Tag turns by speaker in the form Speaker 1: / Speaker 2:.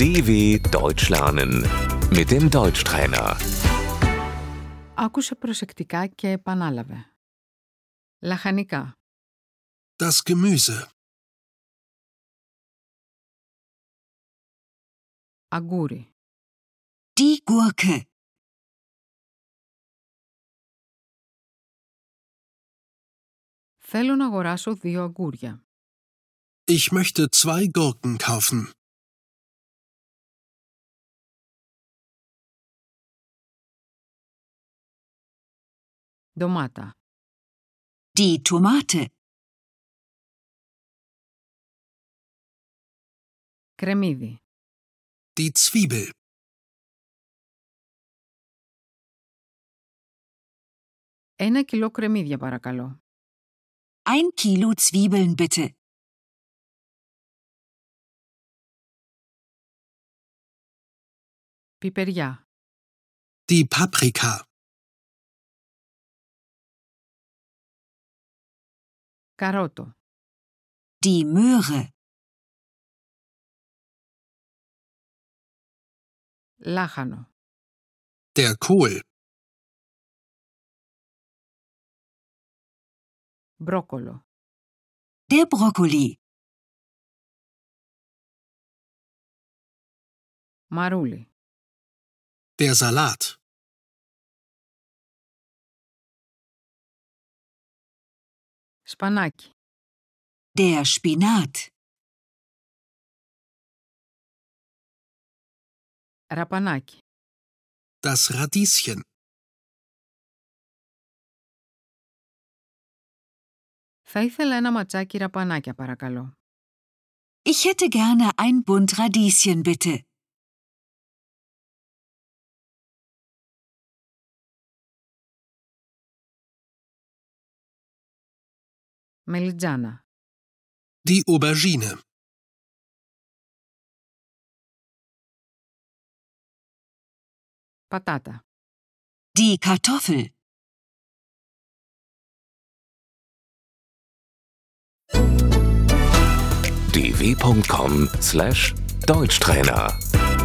Speaker 1: DW Deutsch lernen mit dem Deutschtrainer.
Speaker 2: Άκουσε προσεκτικά και επανάλαβε. Λαχανικά,
Speaker 3: Das Gemüse,
Speaker 2: αγκούρι,
Speaker 4: Die Gurke.
Speaker 2: θέλω να αγοράσω δύο αγκούρια.
Speaker 3: ich möchte zwei Gurken kaufen.
Speaker 2: Ντομάτα,
Speaker 4: Die Tomate.
Speaker 2: κρεμμύδι,
Speaker 3: Die Zwiebel,
Speaker 2: ένα κιλό κρεμμύδια παρακαλώ.
Speaker 4: Ein Kilo Zwiebeln bitte.
Speaker 2: Πιπεριά,
Speaker 3: die Paprika,
Speaker 2: καρότο,
Speaker 4: Die Möhre.
Speaker 2: λάχανο,
Speaker 3: der Kohl,
Speaker 2: μπρόκολο,
Speaker 4: Der Brokkoli.
Speaker 2: μαρούλι,
Speaker 3: der Salat,
Speaker 2: σπανάκι,
Speaker 4: Der Spinat.
Speaker 2: ραπανάκι,
Speaker 3: das Radieschen,
Speaker 2: Θα ήθελα ένα ματσάκι ραπανάκια παρακαλώ.
Speaker 4: Ich hätte gerne ein Bund Radieschen bitte.
Speaker 2: Μελιτζάνα,
Speaker 3: die Aubergine,
Speaker 2: πατάτα,
Speaker 4: Die Kartoffel.
Speaker 1: dw.com/deutschtrainer